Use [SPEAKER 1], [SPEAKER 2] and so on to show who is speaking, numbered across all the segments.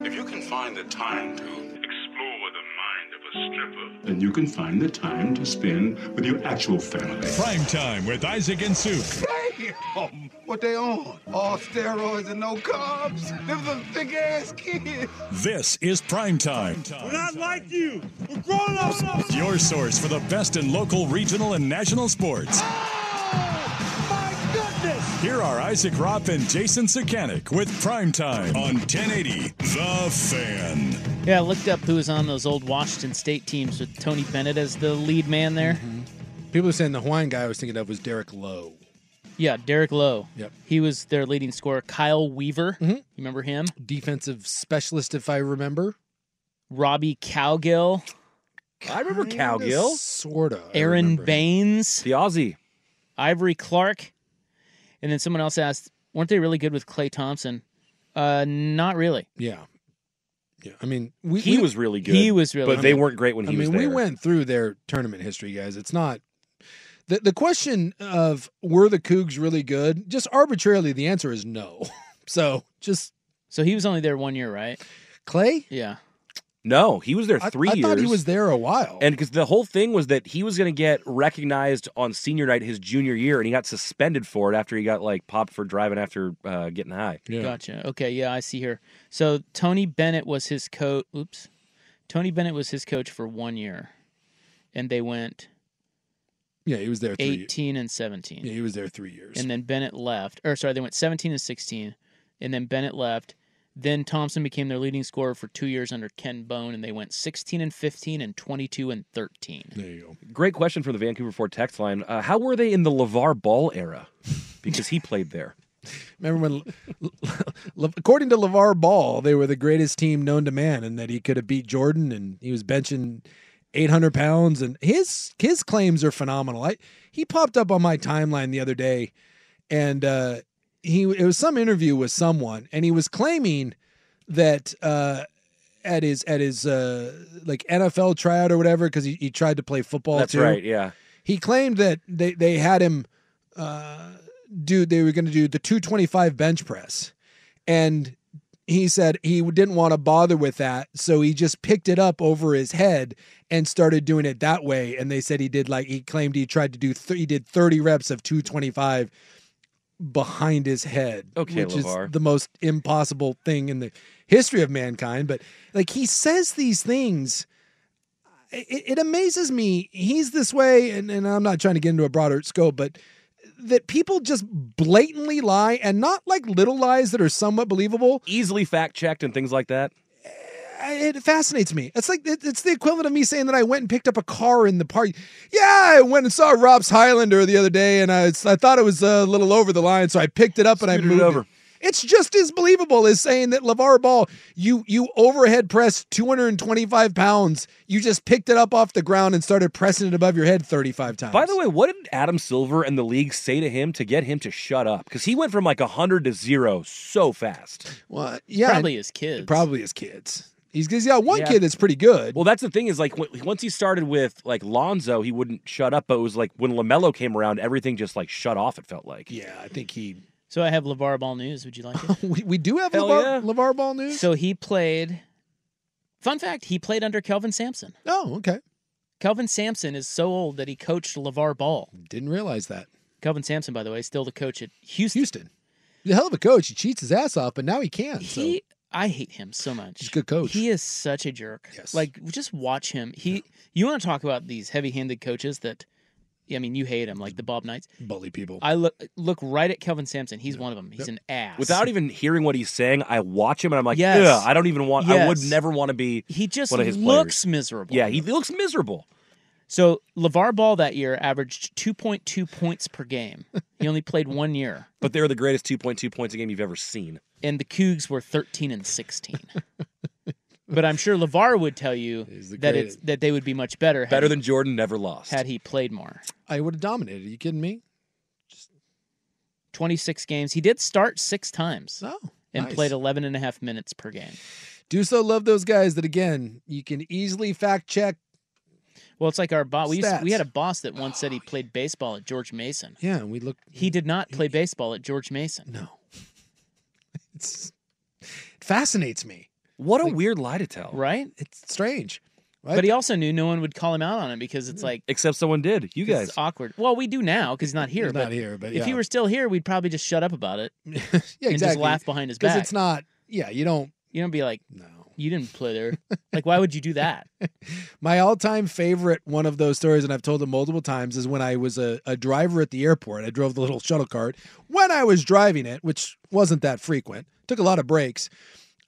[SPEAKER 1] If you can find the time to explore the mind of a stripper, then you can find the time to spend with your actual family.
[SPEAKER 2] Prime time with Isaac and Soup.
[SPEAKER 3] Damn! What they on? All steroids and no carbs? Them some thick ass kids.
[SPEAKER 2] This is Prime Time,
[SPEAKER 4] We're not like you. We're grown ups.
[SPEAKER 2] your source for the best in local, regional, and national sports.
[SPEAKER 4] Oh, my goodness.
[SPEAKER 2] Here are Isaac Roth and Jason Sakanik with Prime Time on 1080 The Fan.
[SPEAKER 5] Yeah, I looked up who was on those old Washington State teams with Tony Bennett as the lead man there.
[SPEAKER 6] Mm-hmm. People are saying the Hawaiian guy I was thinking of was Derek Lowe.
[SPEAKER 5] Yeah, Derek Lowe.
[SPEAKER 6] Yep. Mm-hmm.
[SPEAKER 5] He was their leading scorer. Kyle Weaver. You remember him?
[SPEAKER 6] Defensive specialist, if I remember.
[SPEAKER 5] Robbie Cowgill.
[SPEAKER 7] I remember Cowgill,
[SPEAKER 6] Sorta. I
[SPEAKER 5] Aaron
[SPEAKER 6] remember him.
[SPEAKER 5] Baines.
[SPEAKER 7] the Aussie.
[SPEAKER 5] Ivory Clark. And then someone else asked, weren't they really good with Clay Thompson? Uh, not really.
[SPEAKER 6] Yeah. Yeah. I mean, we,
[SPEAKER 7] He
[SPEAKER 6] we-
[SPEAKER 7] was really good.
[SPEAKER 5] He was really
[SPEAKER 7] but
[SPEAKER 5] good.
[SPEAKER 7] they weren't great when
[SPEAKER 6] I
[SPEAKER 7] he was
[SPEAKER 6] mean,
[SPEAKER 7] there.
[SPEAKER 6] we went through their tournament history, guys. It's not the the question of were the Cougs really good? Just arbitrarily, the answer is no. So just
[SPEAKER 5] So he was only there one year, right?
[SPEAKER 6] Clay.
[SPEAKER 5] Yeah.
[SPEAKER 7] No, he was there
[SPEAKER 6] I-
[SPEAKER 7] three
[SPEAKER 6] I,
[SPEAKER 7] years.
[SPEAKER 6] thought he was there a while.
[SPEAKER 7] and because the whole thing was that he was going to get recognized on senior night his junior year, and he got suspended for it after he got like popped for driving after uh, getting high.
[SPEAKER 6] yeah.
[SPEAKER 5] Gotcha. Okay. Yeah, I see here. So Tony Bennett was his coach. Oops. Tony Bennett was his coach for one year, and they went
[SPEAKER 6] yeah, he was there three.
[SPEAKER 5] 18 and 17.
[SPEAKER 6] Yeah, he was there three years.
[SPEAKER 5] And then Bennett left. Or sorry, they went 17 and 16, and then Bennett left. Then Thompson became their leading scorer for two years under Ken Bone, and they went 16 and 15 and 22 and 13.
[SPEAKER 6] there you go.
[SPEAKER 7] Great question from the Vancouver Ford text line. Uh, how were they in the LeVar Ball era? Because he played there.
[SPEAKER 6] Remember when, Le- according to LeVar Ball, they were the greatest team known to man, and that he could have beat Jordan, and he was benching 800 pounds, and his his claims are phenomenal. I he popped up on my timeline the other day, and uh, he it was some interview with someone, and he was claiming that uh, at his at his uh, like NFL tryout or whatever, because he, he tried to play football.
[SPEAKER 7] That's
[SPEAKER 6] too
[SPEAKER 7] right. Yeah.
[SPEAKER 6] he claimed that they, they had him uh, do they were going to do the 225 bench press and he said he didn't want to bother with that so he just picked it up over his head and started doing it that way and they said he did like he claimed he tried to do th- he did 30 reps of 225 behind his head
[SPEAKER 7] Okay,
[SPEAKER 6] which
[SPEAKER 7] LeVar.
[SPEAKER 6] is the most impossible thing in the history of mankind but like he says these things it, it amazes me he's this way and, and i'm not trying to get into a broader scope but that people just blatantly lie and not like little lies that are somewhat believable
[SPEAKER 7] Easily fact checked and things like that.
[SPEAKER 6] I- it fascinates me it's like it, it's the equivalent of me saying that i went and picked up a car in the party yeah i went and saw rob's highlander the other day and i, I thought it was a little over the line so i picked it up and
[SPEAKER 7] Scooted
[SPEAKER 6] i
[SPEAKER 7] it
[SPEAKER 6] moved
[SPEAKER 7] over.
[SPEAKER 6] It's just as believable as saying that LeVar Ball, you you overhead pressed 225 pounds. You just picked it up off the ground and started pressing it above your head 35 times.
[SPEAKER 7] By the way, what did Adam Silver and the league say to him to get him to shut up? Because he went from like 100 to zero so fast.
[SPEAKER 6] Well, yeah,
[SPEAKER 5] Probably his kids.
[SPEAKER 6] probably his kids. He's he's got one kid that's pretty good.
[SPEAKER 7] Well, that's the thing is like when, once he started with like Lonzo, he wouldn't shut up. But it was like when Lamelo came around, everything just like shut off. It felt like.
[SPEAKER 6] Yeah, I think he.
[SPEAKER 5] So I have LeVar Ball news. Would you like it?
[SPEAKER 6] we, we do have
[SPEAKER 5] Hell
[SPEAKER 6] LeVar,
[SPEAKER 5] yeah.
[SPEAKER 6] LeVar Ball news.
[SPEAKER 5] So he played. Fun fact: He played under Kelvin Sampson.
[SPEAKER 6] Oh, okay.
[SPEAKER 5] Kelvin Sampson is so old that he coached LeVar Ball.
[SPEAKER 6] Didn't realize that.
[SPEAKER 5] Kelvin Sampson, by the way, is still the coach at Houston.
[SPEAKER 6] Houston. He's a hell of a coach. He cheats his ass off, but now he can. So.
[SPEAKER 5] He, I hate him so much.
[SPEAKER 6] He's a good coach.
[SPEAKER 5] He is such a jerk.
[SPEAKER 6] Yes.
[SPEAKER 5] Like, just watch him. He. You want to talk about these heavy-handed coaches that, I mean, you hate him, like the Bob Knights.
[SPEAKER 6] Bully people.
[SPEAKER 5] I look look right at Kelvin Sampson. He's one of them. He's an ass.
[SPEAKER 7] Without even hearing what he's saying, I watch him and I'm like,
[SPEAKER 5] Yes.
[SPEAKER 7] yeah, I don't even want. I would
[SPEAKER 5] Yes.
[SPEAKER 7] never want to be.
[SPEAKER 5] He just
[SPEAKER 7] one of his
[SPEAKER 5] looks
[SPEAKER 7] players.
[SPEAKER 5] miserable.
[SPEAKER 7] Yeah, he looks miserable.
[SPEAKER 5] So LeVar Ball that year averaged 2.2 points per game. He only played one year,
[SPEAKER 7] But they're the greatest 2.2 points a game you've ever seen.
[SPEAKER 5] and the Cougs were 13 and 16. But I'm sure LeVar would tell you
[SPEAKER 6] the
[SPEAKER 5] that it's that they would be much better had
[SPEAKER 7] Better
[SPEAKER 5] he-
[SPEAKER 7] than Jordan never lost.
[SPEAKER 5] had he played more.
[SPEAKER 6] I would have dominated. Are you kidding me?
[SPEAKER 5] 26 games. He did start six times
[SPEAKER 6] So
[SPEAKER 5] and
[SPEAKER 6] Oh, nice.
[SPEAKER 5] played 11 and a half minutes per game.
[SPEAKER 6] Do so love those guys that again you can easily fact check.
[SPEAKER 5] Well, it's like our boss. We, used to- we
[SPEAKER 6] Stats.
[SPEAKER 5] had a boss that once said he played baseball at George Mason.
[SPEAKER 6] Yeah, and we look.
[SPEAKER 5] He did not play baseball at George Mason.
[SPEAKER 6] No, it's it fascinates me.
[SPEAKER 7] what a weird lie to tell.
[SPEAKER 5] Right?
[SPEAKER 6] It's strange. Right?
[SPEAKER 5] But he also knew no one would call him out on it because it's like
[SPEAKER 7] Except someone did. You guys.
[SPEAKER 5] it's awkward. Well, we do now because he's not here.
[SPEAKER 6] He's
[SPEAKER 5] but
[SPEAKER 6] not here, but
[SPEAKER 5] if he
[SPEAKER 6] yeah.
[SPEAKER 5] were still here, we'd probably just shut up about it.
[SPEAKER 6] yeah,
[SPEAKER 5] just
[SPEAKER 6] exactly.
[SPEAKER 5] laugh behind his
[SPEAKER 6] because
[SPEAKER 5] back.
[SPEAKER 6] it's not. Yeah, you don't.
[SPEAKER 5] You don't be like,
[SPEAKER 6] No.
[SPEAKER 5] you didn't play there. like, why would you do that?
[SPEAKER 6] My all time favorite one of those stories, and I've told it multiple times, is when I was a, a driver at the airport. I drove the little shuttle cart. When I was driving it, which wasn't that frequent, took a lot of breaks.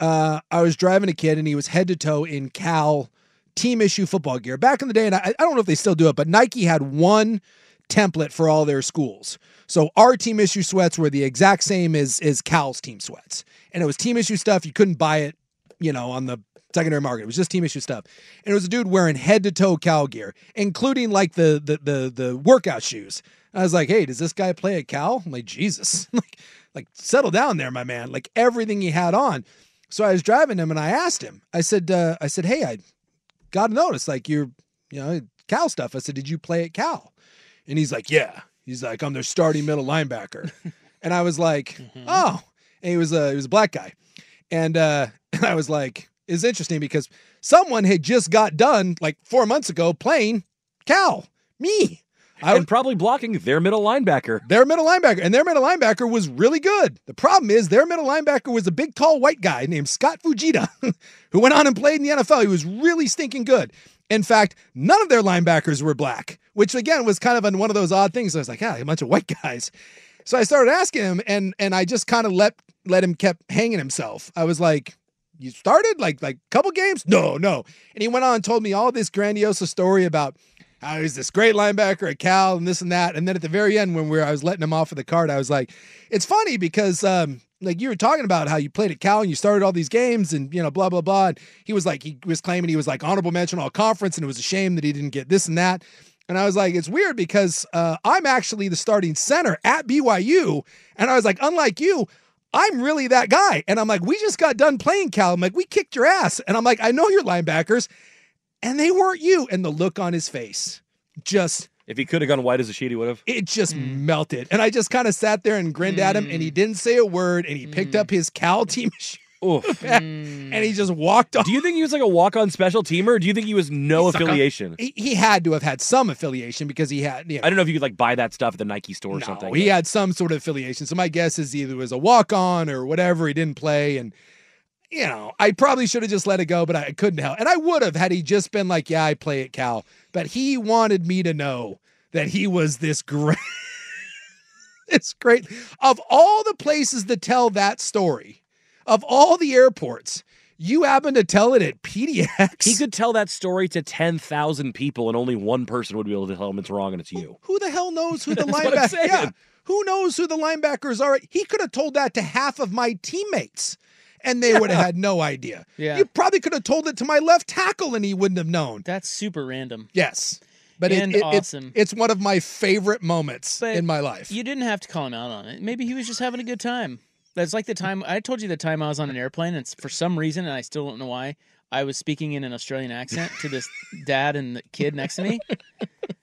[SPEAKER 6] Uh, I was driving a kid, and he was head to toe in Cal team issue football gear. Back in the day, and I, I don't know if they still do it, but Nike had one template for all their schools. So our team issue sweats were the exact same as as Cal's team sweats. And it was team issue stuff. You couldn't buy it, you know, on the secondary market. It was just team issue stuff. And it was a dude wearing head to toe Cal gear, including like the the the the workout shoes. And I was like, hey, does this guy play at Cal? I'm like, Jesus. like, like settle down there, my man. Like everything he had on. So I was driving him and I asked him, I said, uh, I said, hey, I got a notice, like you're, you know, Cal stuff. I said, did you play at Cal? And he's like, yeah. He's like, I'm their starting middle linebacker. and I was like, oh. And he was a he was a black guy, and uh, and I was like, it's interesting because someone had just got done like four months ago playing Cal, me. I
[SPEAKER 7] and probably blocking their middle linebacker.
[SPEAKER 6] their middle linebacker, and their middle linebacker was really good. The problem is their middle linebacker was a big, tall white guy named Scott Fujita, who went on and played in the NFL. He was really stinking good. In fact, none of their linebackers were black, which again was kind of an- one of those odd things. I was like, ah, a bunch of white guys. So I started asking him, and and I just kind of let let him kept hanging himself. I was like, you started like like couple games? No, no. And he went on and told me all this grandiose story about how he's this great linebacker at Cal and this and that. And then at the very end, when we were, I was letting him off of the card, I was like, it's funny because um, like you were talking about how you played at Cal and you started all these games and you know blah blah blah. And he was like he was claiming he was like honorable mention all conference and it was a shame that he didn't get this and that. And I was like, it's weird because uh, I'm actually the starting center at BYU. And I was like, unlike you, I'm really that guy. And I'm like, we just got done playing Cal. I'm like, we kicked your ass. And I'm like, I know your linebackers, and they weren't you. And the look on his face just
[SPEAKER 7] If he could have gone white as a sheet, he would have.
[SPEAKER 6] it just melted. And I just kind of sat there and grinned at him, and he didn't say a word. And he picked up his Cal team shoe
[SPEAKER 7] Oof.
[SPEAKER 6] and he just walked off.
[SPEAKER 7] Do you think he was like a walk-on special teamer? Or do you think he was no
[SPEAKER 6] Sucker.
[SPEAKER 7] affiliation?
[SPEAKER 6] He, he had to have had some affiliation because he had. You know,
[SPEAKER 7] I don't know if you could like buy that stuff at the Nike store or
[SPEAKER 6] no,
[SPEAKER 7] something.
[SPEAKER 6] he had some sort of affiliation. So my guess is either it was a walk on or whatever. He didn't play, and you know, I probably should have just let it go, but I couldn't help. And I would have had he just been like, "Yeah, I play at Cal," but he wanted me to know that he was this great. it's great. Of all the places to tell that story, of all the airports, you happen to tell it at PDX.
[SPEAKER 7] He could tell that story to 10,000 people, and only one person would be able to tell him it's wrong and it's you.
[SPEAKER 6] Who the hell knows who the
[SPEAKER 7] what I'm
[SPEAKER 6] linebacker?
[SPEAKER 7] saying.
[SPEAKER 6] Yeah, who knows who the linebackers are? He could have told that to half of my teammates, and they would have had no idea.
[SPEAKER 5] Yeah.
[SPEAKER 6] you probably could have told it to my left tackle, and he wouldn't have known.
[SPEAKER 5] That's super random.
[SPEAKER 6] Yes, but it-
[SPEAKER 5] And
[SPEAKER 6] it, it-
[SPEAKER 5] awesome.
[SPEAKER 6] it's one of my favorite moments
[SPEAKER 5] But
[SPEAKER 6] in my life.
[SPEAKER 5] You didn't have to call him out on it. Maybe he was just having a good time. That's like the time I told you the time I was on an airplane, and s- for some reason, and I still don't know why, I was speaking in an Australian accent to this dad and the kid next to me.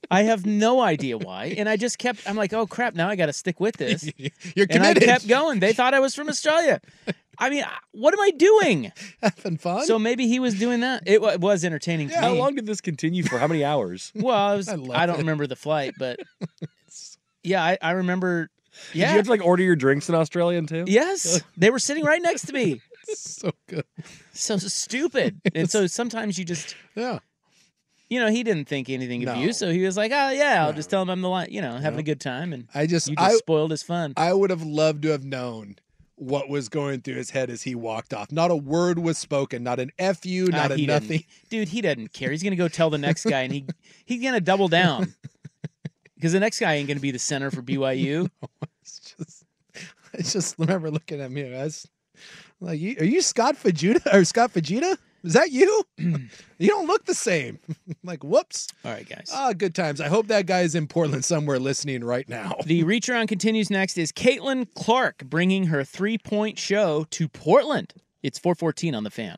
[SPEAKER 5] I have no idea why, and I just kept. I'm like, oh crap! Now I got to stick with this.
[SPEAKER 6] You're
[SPEAKER 5] and I
[SPEAKER 6] committed.
[SPEAKER 5] kept going. They thought I was from Australia. I mean, I- what am I doing?
[SPEAKER 6] Having fun.
[SPEAKER 5] So maybe he was doing that. It, wa- it was entertaining. to
[SPEAKER 7] Yeah, how
[SPEAKER 5] me.
[SPEAKER 7] long did this continue for? How many hours?
[SPEAKER 5] Well, I was.
[SPEAKER 7] I
[SPEAKER 5] I,
[SPEAKER 7] love
[SPEAKER 5] don't
[SPEAKER 7] it.
[SPEAKER 5] remember the flight, but yeah, I, I remember. Yeah,
[SPEAKER 7] Did you have to like order your drinks in Australian too?
[SPEAKER 5] Yes, they were sitting right next to me.
[SPEAKER 6] so good,
[SPEAKER 5] so stupid, and so sometimes you just
[SPEAKER 6] yeah.
[SPEAKER 5] You know, he didn't think anything of
[SPEAKER 6] No.
[SPEAKER 5] you, so he was like, "Oh yeah, I'll just tell him I'm the line." You know, having
[SPEAKER 6] No.
[SPEAKER 5] a good time, and
[SPEAKER 6] I just,
[SPEAKER 5] you just
[SPEAKER 6] I,
[SPEAKER 5] spoiled his fun.
[SPEAKER 6] I would have loved to have known what was going through his head as he walked off. Not a word was spoken. Not an f you.
[SPEAKER 5] Ah,
[SPEAKER 6] Not a
[SPEAKER 5] he didn't.
[SPEAKER 6] nothing.
[SPEAKER 5] dude. He doesn't care. He's gonna go tell the next guy, and he he's gonna double down because the next guy ain't gonna be the center for BYU.
[SPEAKER 6] I just remember looking at me. I was like, "You- "Are you Scott Fajita or Scott Fajita? Is that you? you don't look the same." I'm like, whoops.
[SPEAKER 5] All right, guys.
[SPEAKER 6] Ah, good times. I hope that guy is in Portland somewhere listening right now.
[SPEAKER 5] The reach around continues next is Caitlin Clark bringing her three point show to Portland. It's 414 on the fan.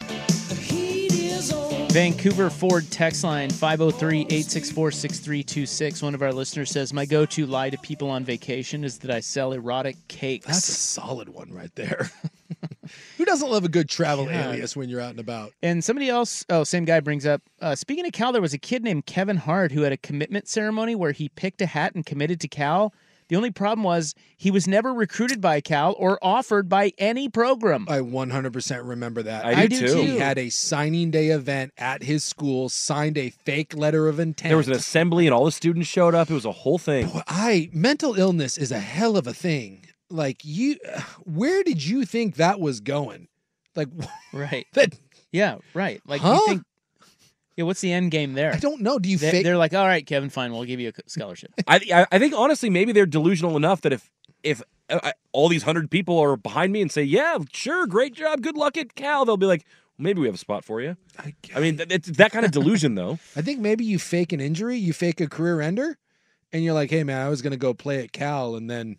[SPEAKER 5] Vancouver Ford text line 503 864 6326. One of our listeners says, My go to lie to people on vacation is that I sell erotic cakes. That's a
[SPEAKER 6] solid one right there. Who doesn't love a good travel
[SPEAKER 5] Yeah.
[SPEAKER 6] alias when you're out and about?
[SPEAKER 5] And somebody else, oh, same guy brings up, uh, speaking of Cal, there was a kid named Kevin Hart who had a commitment ceremony where he picked a hat and committed to Cal. The only problem was he was never recruited by Cal or offered by any program.
[SPEAKER 6] I 100% remember that.
[SPEAKER 5] I do, too.
[SPEAKER 6] He had a signing day event at his school, signed a fake letter of intent.
[SPEAKER 7] There was an assembly and all the students showed up. It was a whole thing.
[SPEAKER 6] I mental illness is a hell of a thing. Like you where did you think that was going? Like
[SPEAKER 5] Right.
[SPEAKER 6] That-
[SPEAKER 5] yeah, right. Like,
[SPEAKER 6] Huh?
[SPEAKER 5] you think, yeah, what's the end game there? I
[SPEAKER 6] don't know. Do you
[SPEAKER 5] they,
[SPEAKER 7] fake-
[SPEAKER 5] They're like, all right, Kevin, fine, we'll give you a scholarship.
[SPEAKER 7] I, I I think honestly, maybe they're delusional enough that if if uh, I, all these hundred people are behind me and say, "Yeah, sure, great job, good luck at Cal," they'll be like, "Maybe we have a spot for you." I, mean, th- it's that kind of delusion, though.
[SPEAKER 6] I think maybe you fake an injury, you fake a career ender, and you're like, hey man, I was gonna go play at Cal and then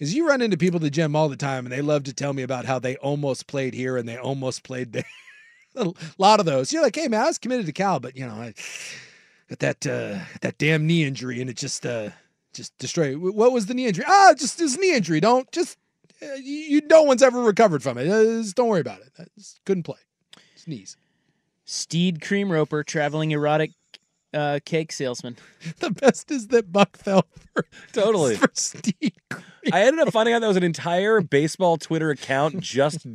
[SPEAKER 6] is you run into people at the gym all the time and they love to tell me about how they almost played here and they almost played there. a lot of those. You're like, hey man, I was committed to Cal, but you know, I got that uh got that damn knee injury and it just uh just destroyed. Wh- What was the knee injury? Ah, just this knee injury. Don't just uh, you, you- no one's ever recovered from it. Uh, just don't worry about it. I just couldn't play. Just knees.
[SPEAKER 5] Steed Cream Roper, traveling erotic uh, cake salesman.
[SPEAKER 6] the best is that Buck fell for
[SPEAKER 7] Totally.
[SPEAKER 6] for Steve.
[SPEAKER 7] I ended up finding out that was an entire baseball Twitter account just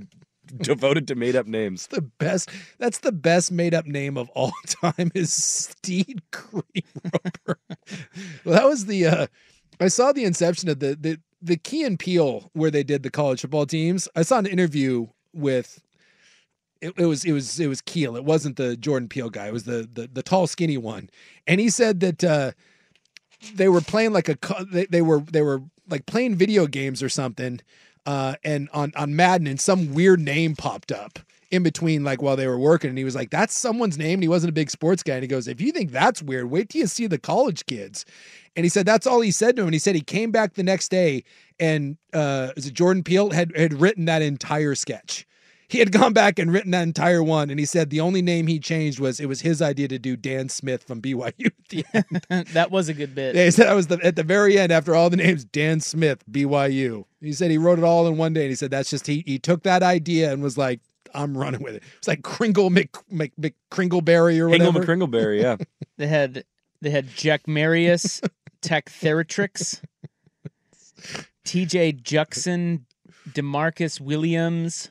[SPEAKER 7] devoted to made up names.
[SPEAKER 6] The best. That's the best made up name of all time is Steed Cream Roper. well, that was the. Uh, I saw the inception of the the the Key and Peel where they did the college football teams. I saw an interview with. It, it was it was it was Keel. It wasn't the Jordan Peel guy. It was the the, the tall skinny one, and he said that. uh they were playing like a co- they, they were they were like playing video games or something uh and on on Madden and some weird name popped up in between, like while they were working, and he was like, "That's someone's name." And he wasn't a big sports guy, and he goes, "If you think that's weird, wait till you see the college kids." And he said that's all he said to him. And he said he came back the next day, and uh, is it Jordan Peele had had written that entire sketch. He had gone back and written that entire one, and he said the only name he changed was it was his idea to do Dan Smith from BYU at the end.
[SPEAKER 5] that was a good bit.
[SPEAKER 6] Yeah, he said I was the, at the very end after all the names Dan Smith BYU. He said he wrote it all in one day, and he said that's just he he took that idea and was like I'm running with it. It's like Kringle Mc, Mc, McKringleberry or
[SPEAKER 7] Hingle
[SPEAKER 6] whatever.
[SPEAKER 7] McCringleberry, yeah.
[SPEAKER 5] they had they had Jack Marius, Tech Theratrix, T.J. Juxon, Demarcus Williams,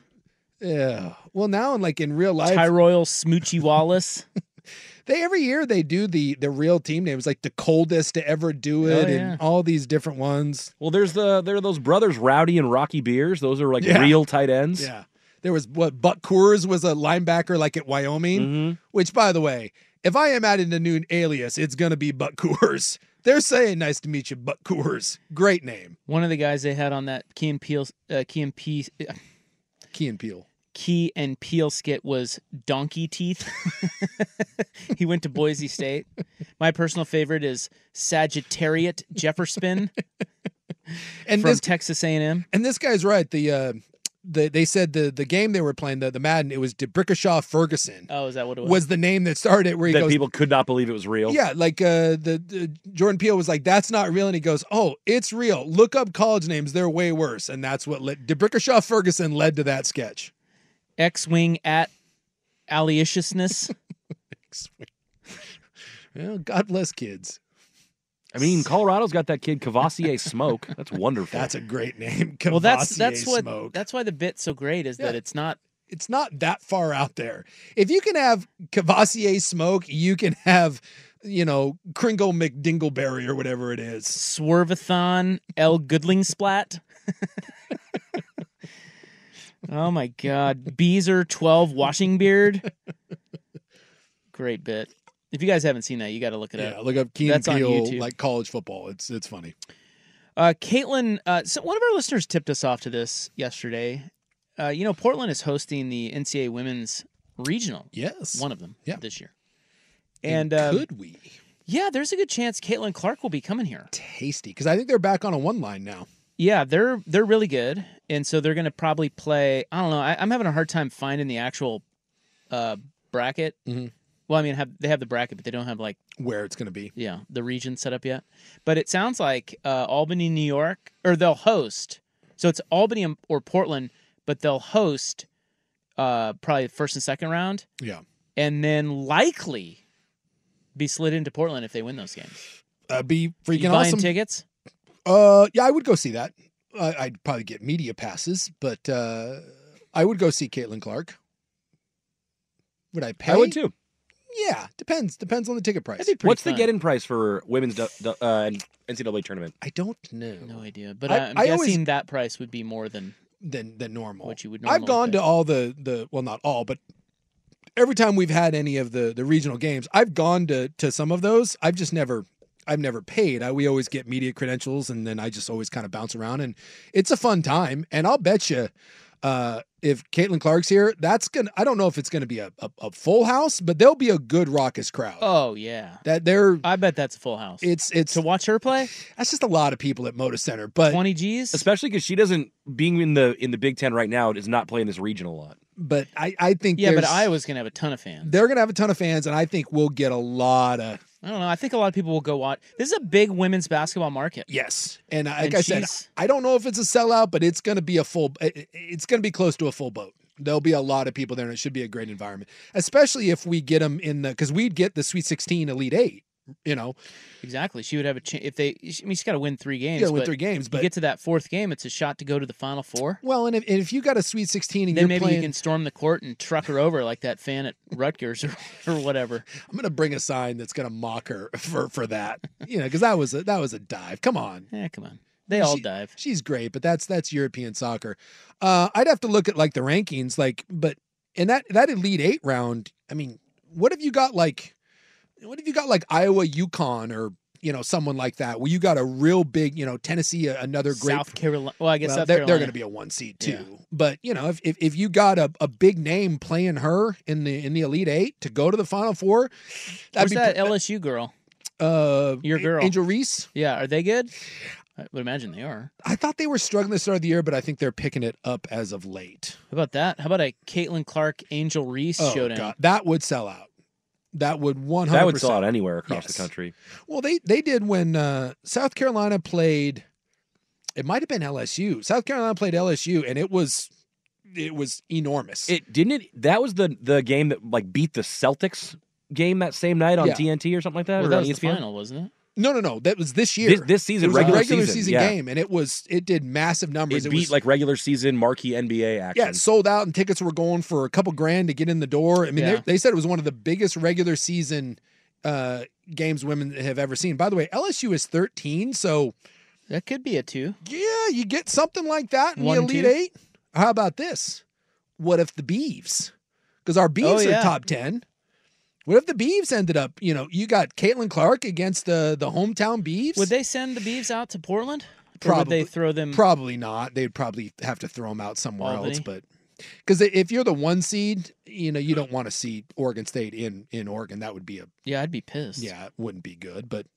[SPEAKER 6] Yeah. Well, now in like in real life,
[SPEAKER 5] Tyroyal Smoochie Wallace.
[SPEAKER 6] they every year they do the the real team names, like the coldest to ever do it,
[SPEAKER 7] yeah.
[SPEAKER 6] and all these different ones.
[SPEAKER 7] Well, there's the there are those brothers, Rowdy and Rocky Beers. Those are like
[SPEAKER 6] Yeah.
[SPEAKER 7] real tight ends.
[SPEAKER 6] Yeah. There was what Buck Coors was a linebacker like at Wyoming, which by the way, if I am adding a new alias, it's gonna be Buck Coors. They're saying nice to meet you, Buck Coors. Great name,
[SPEAKER 5] One of the guys they had on that Key and Peele, uh, Key and Peel,
[SPEAKER 6] Key and Peel.
[SPEAKER 5] Key and Peel skit was Donkey Teeth. he went to Boise State. My personal favorite is Sagittariat Jefferspin
[SPEAKER 6] And
[SPEAKER 5] from
[SPEAKER 6] this-
[SPEAKER 5] Texas A&M.
[SPEAKER 6] And this guy's right. The uh, the they said the the game they were playing the the Madden it was DeBrickashaw Ferguson.
[SPEAKER 5] Oh, is that what it was?
[SPEAKER 6] was the name that started it where he
[SPEAKER 7] that
[SPEAKER 6] goes
[SPEAKER 7] people could not believe it was real.
[SPEAKER 6] Yeah, like uh, the, the Jordan Peele was like, "That's not real," and he goes, "Oh, it's real. Look up college names; they're way worse." And that's what led DeBrickashaw Ferguson led to that sketch.
[SPEAKER 5] X-wing at Aliciousness.
[SPEAKER 6] Well, God bless kids.
[SPEAKER 7] I mean, Colorado's got that kid Cavassier Smoke. That's wonderful.
[SPEAKER 6] That's a great name.
[SPEAKER 5] well, that's
[SPEAKER 6] Cavassier
[SPEAKER 5] that's what
[SPEAKER 6] Smoke.
[SPEAKER 5] that's why the bit's so great is that
[SPEAKER 6] Yeah.
[SPEAKER 5] it's not
[SPEAKER 6] It's not that far out there. If you can have Cavassier Smoke, you can have, you know, Kringle McDingleberry or whatever it is.
[SPEAKER 5] Swervathon L Goodling Splat. oh my God, Beezer twelve Washing Beard. Great bit. If you guys haven't seen that, you got to look it
[SPEAKER 6] Yeah,
[SPEAKER 5] up.
[SPEAKER 6] look up Keen
[SPEAKER 5] That's on
[SPEAKER 6] Peele
[SPEAKER 5] YouTube.
[SPEAKER 6] like college football. It's it's funny.
[SPEAKER 5] Uh, Caitlin, uh, so one of our listeners tipped us off to this yesterday. Uh, you know, Portland is hosting the NCAA Women's Regional.
[SPEAKER 6] Yes.
[SPEAKER 5] one of them.
[SPEAKER 6] Yeah.
[SPEAKER 5] this year. And, um,
[SPEAKER 6] could we
[SPEAKER 5] Yeah, there's a good chance Caitlin Clark will be coming here.
[SPEAKER 6] tasty? Because I think they're back on a one line now.
[SPEAKER 5] Yeah, they're they're really good, and so they're going to probably play. I don't know. I, I'm having a hard time finding the actual uh, bracket.
[SPEAKER 6] Mhm.
[SPEAKER 5] Well, I mean, have they have the bracket, but they don't have like
[SPEAKER 6] Where it's going to be.
[SPEAKER 5] yeah the region set up yet. But it sounds like uh, Albany, New York, or they'll host. So it's Albany and- or Portland, but they'll host uh, probably the first and second round,
[SPEAKER 6] Yeah.
[SPEAKER 5] and then likely be slid into Portland if they win those games.
[SPEAKER 6] That'd Uh, be freaking
[SPEAKER 5] you buying
[SPEAKER 6] awesome.
[SPEAKER 5] tickets?
[SPEAKER 6] uh, yeah, I would go see that. I, I'd probably get media passes, but uh, I would go see Caitlin Clark. Would I pay?
[SPEAKER 7] I would too.
[SPEAKER 6] Yeah, depends. Depends on the ticket price.
[SPEAKER 5] That'd be pretty
[SPEAKER 7] What's
[SPEAKER 5] fun.
[SPEAKER 7] the get-in price for women's du- du- uh, NCAA tournament?
[SPEAKER 6] I don't know.
[SPEAKER 5] No idea, but
[SPEAKER 6] I-
[SPEAKER 5] I, am
[SPEAKER 6] I
[SPEAKER 5] guessing
[SPEAKER 6] always-
[SPEAKER 5] that price would be more than
[SPEAKER 6] Than than normal.
[SPEAKER 5] what you would. Normally
[SPEAKER 6] I've gone
[SPEAKER 5] pay.
[SPEAKER 6] to all the the well, not all, but every time we've had any of the the regional games, I've gone to to some of those. I've just never. I've never paid. I, we always get media credentials, and then I just always kind of bounce around, and it's a fun time. And I'll bet you, uh, if Caitlin Clark's here, that's gonna. I don't know if it's gonna be a, a, a full house, but there'll be a good raucous crowd.
[SPEAKER 5] Oh yeah,
[SPEAKER 6] that they're
[SPEAKER 5] I bet that's a full house.
[SPEAKER 6] it's it's
[SPEAKER 5] to watch her play,
[SPEAKER 6] that's just a lot of people at Moda Center, but
[SPEAKER 5] twenty G's.
[SPEAKER 7] Especially because she doesn't being in the in the Big Ten right now is not playing this region a lot.
[SPEAKER 6] but I I think
[SPEAKER 5] Yeah, but
[SPEAKER 6] there's-
[SPEAKER 5] Iowa's gonna have a ton of fans.
[SPEAKER 6] they're gonna have a ton of fans, and I think we'll get a lot of
[SPEAKER 5] I don't know. I think a lot of people will go watch. This is a big women's basketball market.
[SPEAKER 6] yes. And I- like
[SPEAKER 5] And
[SPEAKER 6] I said,
[SPEAKER 5] she's-
[SPEAKER 6] I don't know if it's a sellout, but it's gonna be a full. it- It's gonna be close to a full boat. There'll be a lot of people there, and it should be a great environment, especially if we get them in the because we'd get the Sweet Sixteen, Elite Eight. You know,
[SPEAKER 5] Exactly. She would have a chance if they. I mean, she's got to win three games.
[SPEAKER 6] you gotta win
[SPEAKER 5] but
[SPEAKER 6] three games,
[SPEAKER 5] You
[SPEAKER 6] but
[SPEAKER 5] get to that fourth game, it's a shot to go to the final four.
[SPEAKER 6] well, and if, and if you got a Sweet Sixteen and
[SPEAKER 5] Then
[SPEAKER 6] you're
[SPEAKER 5] maybe
[SPEAKER 6] playing,
[SPEAKER 5] you can storm the court and truck her over like that fan at Rutgers or, or whatever.
[SPEAKER 6] I'm gonna bring a sign that's gonna mock her for for that. you know, because that was a, that was a dive. Come on,
[SPEAKER 5] Yeah, Eh, come on. They all
[SPEAKER 6] She-
[SPEAKER 5] dive.
[SPEAKER 6] She's great, but that's that's European soccer. Uh, I'd have to look at like the rankings, like but and that that Elite Eight round. I mean, what have you got like? What have you got like Iowa, Yukon, or you know someone like that. Well, you got a real big, you know, Tennessee, a- another great
[SPEAKER 5] South Carolina. Well, I guess
[SPEAKER 6] Well,
[SPEAKER 5] South
[SPEAKER 6] they're,
[SPEAKER 5] Carolina.
[SPEAKER 6] going to be a one seed too. But you know, if, if if you got a, a big name playing her in the in the Elite Eight to go to the Final Four,
[SPEAKER 5] Where's
[SPEAKER 6] that'd
[SPEAKER 5] that
[SPEAKER 6] be
[SPEAKER 5] LSU girl?
[SPEAKER 6] uh,
[SPEAKER 5] Your
[SPEAKER 6] A-
[SPEAKER 5] girl,
[SPEAKER 6] Angel Reese.
[SPEAKER 5] Yeah, are they good? I would imagine they are.
[SPEAKER 6] I thought they were struggling at the start of the year, but I think they're picking it up as of late.
[SPEAKER 5] How about that? How about a Caitlin Clark, Angel Reese
[SPEAKER 6] Oh,
[SPEAKER 5] showdown?
[SPEAKER 6] God. that would sell out. That would one hundred.
[SPEAKER 7] That would sell out anywhere across the country.
[SPEAKER 6] Well, they they did when uh, South Carolina played. It might have been LSU. South Carolina played LSU, and it was it was enormous.
[SPEAKER 7] It didn't it that was the the game that like beat the Celtics game that same night on
[SPEAKER 6] Yeah.
[SPEAKER 7] TNT or something like that
[SPEAKER 5] Well,
[SPEAKER 7] or E
[SPEAKER 5] that
[SPEAKER 7] on
[SPEAKER 5] was the
[SPEAKER 7] ESPN?
[SPEAKER 5] final, wasn't it?
[SPEAKER 6] No, no, no. That was this year.
[SPEAKER 7] This- this season,
[SPEAKER 6] it was a
[SPEAKER 7] regular
[SPEAKER 6] regular
[SPEAKER 7] season,
[SPEAKER 6] season,
[SPEAKER 7] yeah.
[SPEAKER 6] game, and it was it did massive numbers.
[SPEAKER 7] It, beat
[SPEAKER 6] was,
[SPEAKER 7] like regular season marquee NBA action.
[SPEAKER 6] yeah, it sold out, and tickets were going for a couple grand to get in the door. I mean,
[SPEAKER 7] Yeah.
[SPEAKER 6] they, they said it was one of the biggest regular season uh, games women have ever seen. By the way, LSU is thirteen, so
[SPEAKER 5] that could be a two.
[SPEAKER 6] Yeah, you get something like that in
[SPEAKER 5] One,
[SPEAKER 6] the Elite
[SPEAKER 5] two?
[SPEAKER 6] Eight. How about this? What if the Beeves? Because our Beeves
[SPEAKER 5] Oh, yeah.
[SPEAKER 6] are top ten. What if the Beeves ended up? You know, you got Caitlin Clark against the the hometown Beeves.
[SPEAKER 5] Would they send the Beavs out to Portland? Or would
[SPEAKER 6] probably
[SPEAKER 5] they throw them?
[SPEAKER 6] Probably not. They'd probably have to throw them out somewhere else.
[SPEAKER 5] Albany?
[SPEAKER 6] But because if you're the one seed, you know you don't want to see Oregon State in in Oregon. That would be a
[SPEAKER 5] yeah, I'd be pissed.
[SPEAKER 6] yeah, it wouldn't be good. But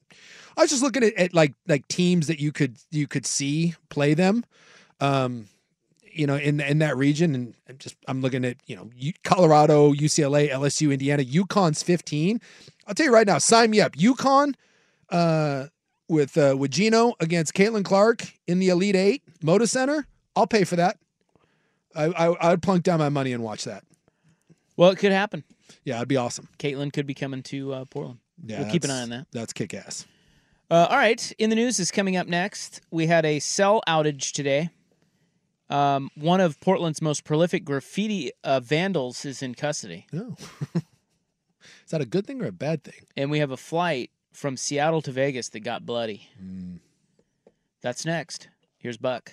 [SPEAKER 6] I was just looking at, at like like teams that you could you could see play them, um, you know, in in that region, and I'm just I'm looking at you know U- Colorado, UCLA, LSU, Indiana, UConn's 15. I'll tell you right now, sign me up, UConn, uh, with uh, with Gino against Caitlin Clark in the Elite Eight Moda Center. I'll pay for that. I, I I'd plunk down my money and watch that.
[SPEAKER 5] Well, it could happen.
[SPEAKER 6] Yeah, it'd be awesome.
[SPEAKER 5] Caitlin could be coming to uh, Portland.
[SPEAKER 6] Yeah,
[SPEAKER 5] we'll keep an eye
[SPEAKER 6] that's-
[SPEAKER 5] on that.
[SPEAKER 6] That's kick ass.
[SPEAKER 5] Uh, all right. In the news is coming up next. We had a cell outage today. Um, one of Portland's most prolific graffiti uh, vandals is in custody,
[SPEAKER 6] No. Is that a good thing or a bad thing?
[SPEAKER 5] and we have a flight from Seattle to Vegas that got bloody.
[SPEAKER 6] Mm.
[SPEAKER 5] That's next. Here's Buck.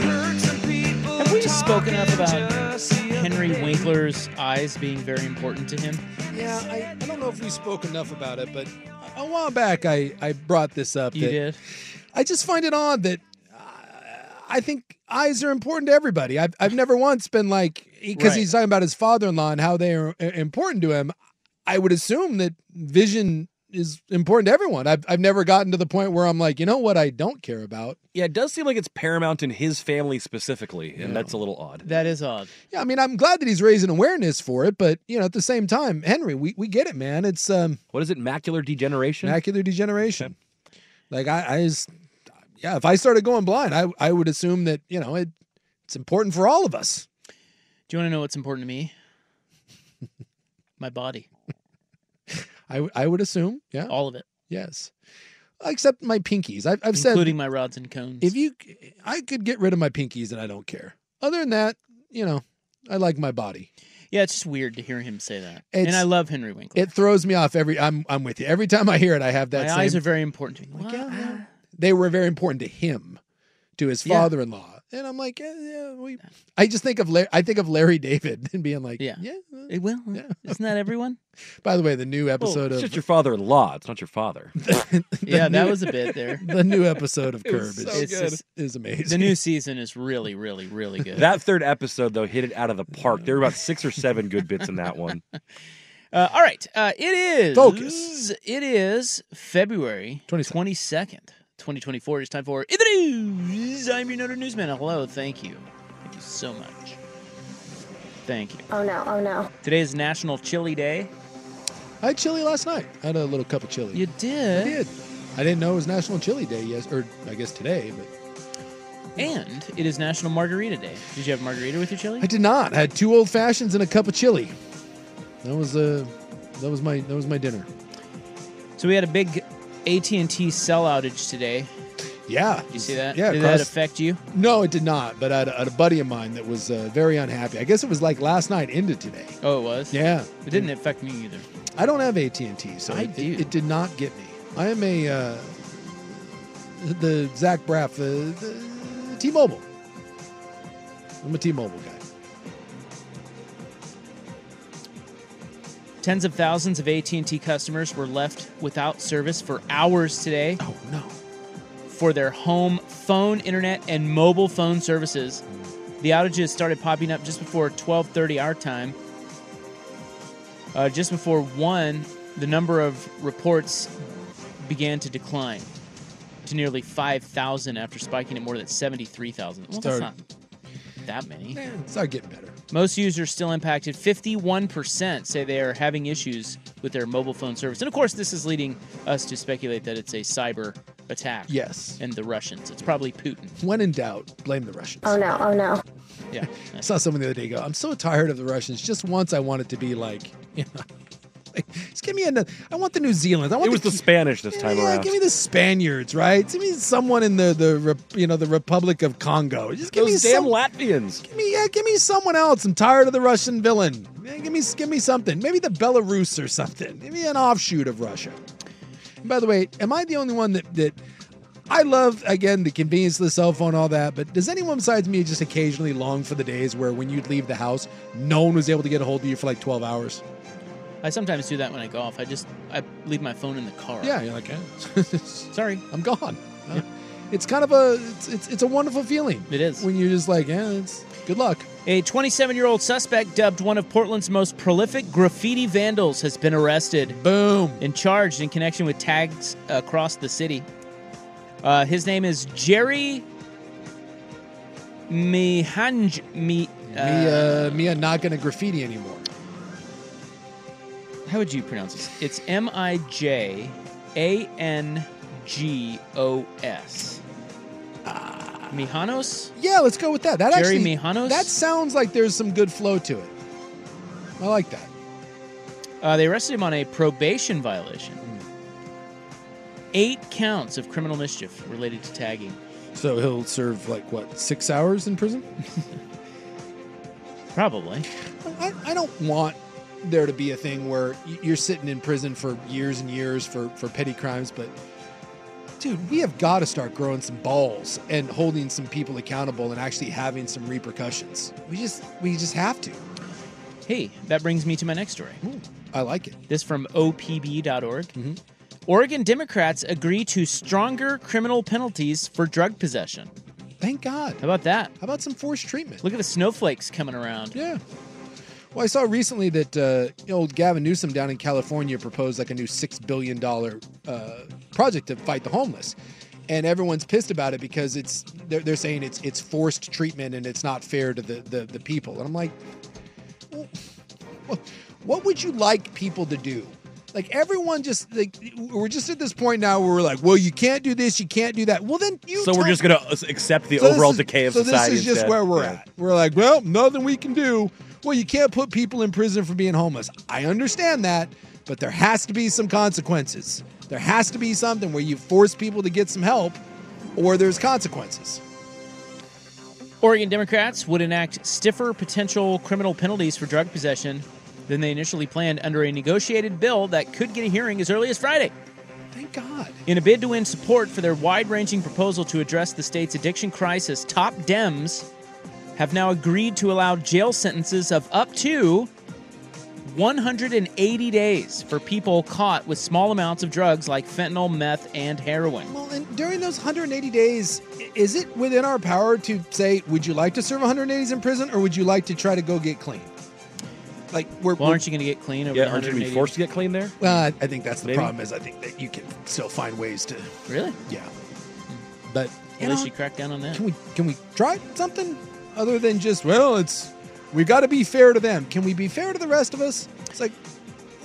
[SPEAKER 5] Have we spoken up about Henry Winkler's eyes being very important to him?
[SPEAKER 6] Yeah, I, I don't know if we spoke enough about it, but a while back I, I brought this up.
[SPEAKER 5] You
[SPEAKER 6] that
[SPEAKER 5] did.
[SPEAKER 6] I just find it odd that uh, I think eyes are important to everybody. I've, I've never once been like, because
[SPEAKER 5] Right.
[SPEAKER 6] he's talking about his father in law and how they are uh, important to him. I would assume that vision is important to everyone. I've, I've never gotten to the point where I'm like, you know what, I don't care about.
[SPEAKER 7] Yeah, it does seem like it's paramount in his family specifically, and that's a little odd.
[SPEAKER 5] That is odd.
[SPEAKER 6] Yeah, I mean, I'm glad that he's raising awareness for it, but you know, at the same time, Henry, we, we get it, man. It's um,
[SPEAKER 7] what is it, macular degeneration?
[SPEAKER 6] Macular degeneration. Like I, I just, yeah, if I started going blind, I I would assume that you know it, it's important for all of us.
[SPEAKER 5] Do you want to know what's important to me? My body.
[SPEAKER 6] I w- I would assume, yeah,
[SPEAKER 7] Oh.
[SPEAKER 5] all of it.
[SPEAKER 6] Yes, except my pinkies. I've, I've said,
[SPEAKER 5] including my rods and cones.
[SPEAKER 6] if you, I could get rid of my pinkies and I don't care. Other than that, you know, I like my body.
[SPEAKER 5] Yeah, it's just weird to hear him say that.
[SPEAKER 6] It's-
[SPEAKER 5] and I love Henry Winkler.
[SPEAKER 6] It throws me off every. I'm I'm with you. Every time I hear it, I have that.
[SPEAKER 5] My
[SPEAKER 6] same,
[SPEAKER 5] eyes are very important to me. Like, yeah,
[SPEAKER 6] They were very important to him, to his
[SPEAKER 5] Yeah.
[SPEAKER 6] father-in-law. And I'm like, yeah, yeah, we. I just think of Larry, I think of Larry David and being like,
[SPEAKER 5] yeah,
[SPEAKER 6] yeah. uh."
[SPEAKER 5] It will. Isn't that everyone?
[SPEAKER 6] By the way, the new
[SPEAKER 7] Well,
[SPEAKER 6] episode
[SPEAKER 7] it's
[SPEAKER 6] of
[SPEAKER 7] just your father-in-law. It's not your father.
[SPEAKER 5] yeah, that
[SPEAKER 6] new-
[SPEAKER 5] was a bit there.
[SPEAKER 6] the new episode of
[SPEAKER 5] It
[SPEAKER 6] Curb
[SPEAKER 5] was
[SPEAKER 6] is,
[SPEAKER 5] so
[SPEAKER 6] is,
[SPEAKER 5] good.
[SPEAKER 6] is, amazing.
[SPEAKER 5] The new season is really, really, really good.
[SPEAKER 7] That third episode though hit it out of the park. There were about six or seven good bits in that one.
[SPEAKER 5] Uh, all right. Uh, it is.
[SPEAKER 6] Focus.
[SPEAKER 5] It is February 22nd, 2024. It's time for In the News. I'm your noted newsman. Hello. Thank you. Thank you so much. Thank you.
[SPEAKER 8] Oh no, oh no.
[SPEAKER 5] Today is National Chili Day.
[SPEAKER 6] I had chili last night. I had a little cup of chili. You
[SPEAKER 5] did.
[SPEAKER 6] I did. I didn't know it was National Chili Day. Yes, or I guess today, but
[SPEAKER 5] And it is National Margarita Day. Did you have margarita with your chili?
[SPEAKER 6] I did not. I had two old fashions and a cup of chili. That was uh, that was my that was my dinner.
[SPEAKER 5] So we had a big AT&T cell outage today.
[SPEAKER 6] Yeah.
[SPEAKER 5] Did you see that?
[SPEAKER 6] Yeah,
[SPEAKER 5] Did that
[SPEAKER 6] across-
[SPEAKER 5] affect you?
[SPEAKER 6] No, it did not. But I had a, I had a buddy of mine that was uh, very unhappy. I guess it was like last night ended today.
[SPEAKER 5] Oh, it was.
[SPEAKER 6] Yeah.
[SPEAKER 5] It didn't affect me either.
[SPEAKER 6] I don't have AT and T, so
[SPEAKER 5] I
[SPEAKER 6] it, it-
[SPEAKER 5] do.
[SPEAKER 6] It, did not get me. I am a uh, the Zach Braff, uh, the T-Mobile. I'm a T-Mobile guy.
[SPEAKER 5] Tens of thousands of AT&T customers were left without service for hours today.
[SPEAKER 6] Oh no.
[SPEAKER 5] For their home phone, internet, and mobile phone services. The outages started popping up just before 12:30 our time. Uh, just before 1, the number of reports began to decline to nearly 5,000 after spiking at more than 73,000. Well, that's
[SPEAKER 6] Started-
[SPEAKER 5] not that many.
[SPEAKER 6] Start getting better.
[SPEAKER 5] Most users still impacted. 51% say they are having issues with their mobile phone service. And of course, this is leading us to speculate that it's a cyber attack.
[SPEAKER 6] Yes.
[SPEAKER 5] And the Russians. It's probably Putin.
[SPEAKER 6] When in doubt, blame the Russians.
[SPEAKER 8] Oh no, oh no.
[SPEAKER 5] Yeah.
[SPEAKER 6] I saw someone the other day go, "I'm so tired of the Russians. Just once, I want it to be like, you know, like, just give me another. I want the New Zealand. I want
[SPEAKER 7] It was the Spanish this time
[SPEAKER 6] Yeah,
[SPEAKER 7] around.
[SPEAKER 6] give me the Spaniards, right? Give me someone in the the Rep- you know the Republic of Congo. Just give
[SPEAKER 7] Those
[SPEAKER 6] me
[SPEAKER 7] damn
[SPEAKER 6] some,
[SPEAKER 7] Latvians.
[SPEAKER 6] Give me yeah, give me someone else. I'm tired of the Russian villain. Yeah, give me give me something. Maybe the Belarus or something. Maybe an offshoot of Russia. And by the way, am I the only one that that I love again the convenience of the cell phone, all that? But does anyone besides me just occasionally long for the days where when you'd leave the house, no one was able to get a hold of you for like 12 hours?
[SPEAKER 5] I sometimes do that when I golf. I just I leave my phone in the car.
[SPEAKER 6] Yeah, you're like, eh.
[SPEAKER 5] sorry,
[SPEAKER 6] I'm gone. Uh, It's kind of a it's, it's it's a wonderful feeling.
[SPEAKER 5] It is.
[SPEAKER 6] when you're just like, yeah, it's good luck.
[SPEAKER 5] A 27 year old suspect, dubbed one of Portland's most prolific graffiti vandals, has been arrested.
[SPEAKER 6] Boom.
[SPEAKER 5] And charged in connection with tags across the city. Uh, his name is Jerry Mihanj. Mi,
[SPEAKER 6] me,
[SPEAKER 5] uh,
[SPEAKER 6] uh, me, I'm not gonna graffiti anymore.
[SPEAKER 5] how would you pronounce this? It's M I J A N G O S. Mihanos?
[SPEAKER 6] Yeah, let's go with that. That
[SPEAKER 5] Jerry
[SPEAKER 6] actually,
[SPEAKER 5] Mihanos?
[SPEAKER 6] That sounds like there's some good flow to it. I like that.
[SPEAKER 5] Uh, they arrested him on a probation violation. Eight counts of criminal mischief related to tagging.
[SPEAKER 6] So he'll serve like what six hours in prison?
[SPEAKER 5] Probably.
[SPEAKER 6] I, I don't want there to be a thing where y- you're sitting in prison for years and years for for petty crimes, but dude, we have got to start growing some balls and holding some people accountable and actually having some repercussions. We just we just have to.
[SPEAKER 5] Hey, that brings me to my next story.
[SPEAKER 6] I like it.
[SPEAKER 5] This from opb.org.
[SPEAKER 7] Mm-hmm.
[SPEAKER 5] Oregon Democrats agree to stronger criminal penalties for drug possession.
[SPEAKER 6] Thank God.
[SPEAKER 5] How about that? How
[SPEAKER 6] about some forced treatment?
[SPEAKER 5] Look at the snowflakes coming around.
[SPEAKER 6] Yeah. Well, I saw recently that uh, old Gavin Newsom down in California proposed like a new six billion dollar uh, project to fight the homeless, and everyone's pissed about it because it's they're, they're saying it's it's forced treatment and it's not fair to the the, the people. And I'm like, well, well, what would you like people to do? Like everyone just like we're just at this point now where we're like, well, you can't do this, you can't do that. Well, then you.
[SPEAKER 7] So we're
[SPEAKER 6] tell-
[SPEAKER 7] just going to accept the
[SPEAKER 6] so this
[SPEAKER 7] overall
[SPEAKER 6] is-
[SPEAKER 7] decay of
[SPEAKER 6] so
[SPEAKER 7] society.
[SPEAKER 6] this is just
[SPEAKER 7] instead.
[SPEAKER 6] where we're
[SPEAKER 7] Yeah.
[SPEAKER 6] at. We're like, well, nothing we can do. Well, you can't put people in prison for being homeless. I understand that, but there has to be some consequences. There has to be something where you force people to get some help, or there's consequences.
[SPEAKER 5] Oregon Democrats would enact stiffer potential criminal penalties for drug possession than they initially planned under a negotiated bill that could get a hearing as early as Friday.
[SPEAKER 6] Thank God.
[SPEAKER 5] In a bid to win support for their wide ranging proposal to address the state's addiction crisis, top Dems have now agreed to allow jail sentences of up to 180 days for people caught with small amounts of drugs like fentanyl, meth, and heroin.
[SPEAKER 6] Well, and during those 180 days, i- is it within our power to say, would you like to serve 180 days in prison or would you like to try to go get clean? Like, we're.
[SPEAKER 5] Well, aren't you going to get clean over
[SPEAKER 7] Yeah,
[SPEAKER 5] the
[SPEAKER 7] aren't you gonna be
[SPEAKER 5] 180
[SPEAKER 7] forced to get clean there?
[SPEAKER 6] Well, I- I think that's the
[SPEAKER 7] Maybe.
[SPEAKER 6] problem. Is I think that you can still find ways to.
[SPEAKER 5] Really?
[SPEAKER 6] Yeah. But you
[SPEAKER 5] At least
[SPEAKER 6] know,
[SPEAKER 5] you crack down on that.
[SPEAKER 6] can we can we try something other than just well, it's we got to be fair to them. Can we be fair to the rest of us? It's like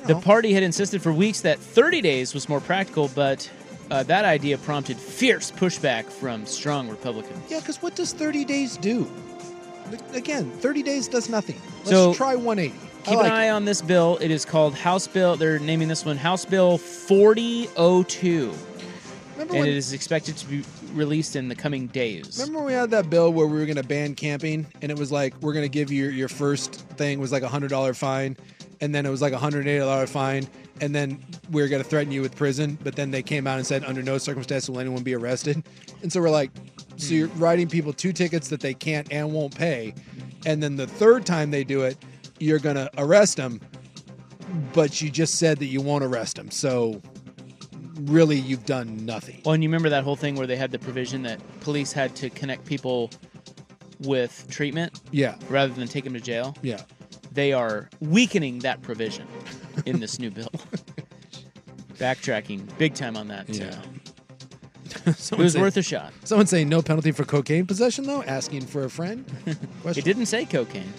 [SPEAKER 5] The party had insisted for weeks that 30 days was more practical, but uh, that idea prompted fierce pushback from strong Republicans.
[SPEAKER 6] yeah, because what does 30 days do? Like, Again, 30 days does nothing. Let's
[SPEAKER 5] So-
[SPEAKER 6] try 180. I
[SPEAKER 5] Keep
[SPEAKER 6] like
[SPEAKER 5] an eye on this bill. It is called House Bill. They're naming this one House Bill 4002.
[SPEAKER 6] Remember
[SPEAKER 5] and
[SPEAKER 6] when-
[SPEAKER 5] it is expected to be released in the coming days.
[SPEAKER 6] Remember when we had that bill where we were going to ban camping, and it was like we're going to give you your first thing was like a hundred dollar fine, and then it was like a hundred eighty dollar fine, and then we are going to threaten you with prison. But then they came out and said under no circumstances will anyone be arrested, and so we're like, so you're writing people two tickets that they can't and won't pay, and then the third time they do it, you're going to arrest them, but you just said that you won't arrest them, so really you've done nothing.
[SPEAKER 5] Well, Oh, and you remember that whole thing where they had the provision that police had to connect people with treatment
[SPEAKER 6] Yeah.
[SPEAKER 5] rather than take them to jail?
[SPEAKER 6] Yeah.
[SPEAKER 5] They are weakening that provision in this new bill. Backtracking big time on that, too.
[SPEAKER 6] Yeah.
[SPEAKER 5] it was worth a shot.
[SPEAKER 6] Someone saying no penalty for cocaine possession, though, asking for a friend.
[SPEAKER 5] It didn't say cocaine.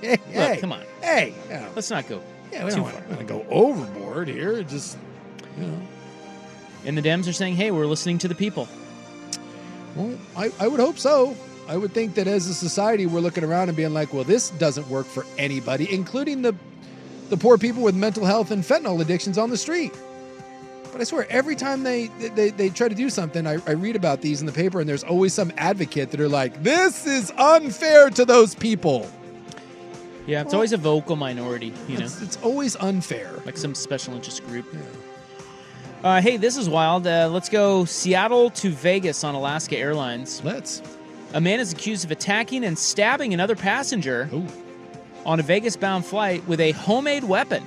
[SPEAKER 6] hey,
[SPEAKER 5] Look,
[SPEAKER 6] hey,
[SPEAKER 5] come on.
[SPEAKER 6] Hey, yeah.
[SPEAKER 5] Let's not go
[SPEAKER 6] Yeah, we
[SPEAKER 5] too
[SPEAKER 6] don't
[SPEAKER 5] far.
[SPEAKER 6] want to go overboard here. It Just, you know.
[SPEAKER 5] And the Dems are saying, hey, we're listening to the people.
[SPEAKER 6] Well, I, I would hope so. I would think that as a society, we're looking around and being like, well, this doesn't work for anybody, including the the poor people with mental health and fentanyl addictions on the street. But I swear, every time they they, they try to do something, I, I read about these in the paper, and there's always some advocate that are like, this is unfair to those people.
[SPEAKER 5] Yeah, it's always a vocal minority, you know.
[SPEAKER 6] It's, it's always unfair.
[SPEAKER 5] Like some special interest group. Uh, hey, this is wild. Uh, let's go Seattle to Vegas on Alaska Airlines.
[SPEAKER 6] Let's.
[SPEAKER 5] A man is accused of attacking and stabbing another passenger
[SPEAKER 6] oh,
[SPEAKER 5] on a Vegas bound flight with a homemade weapon.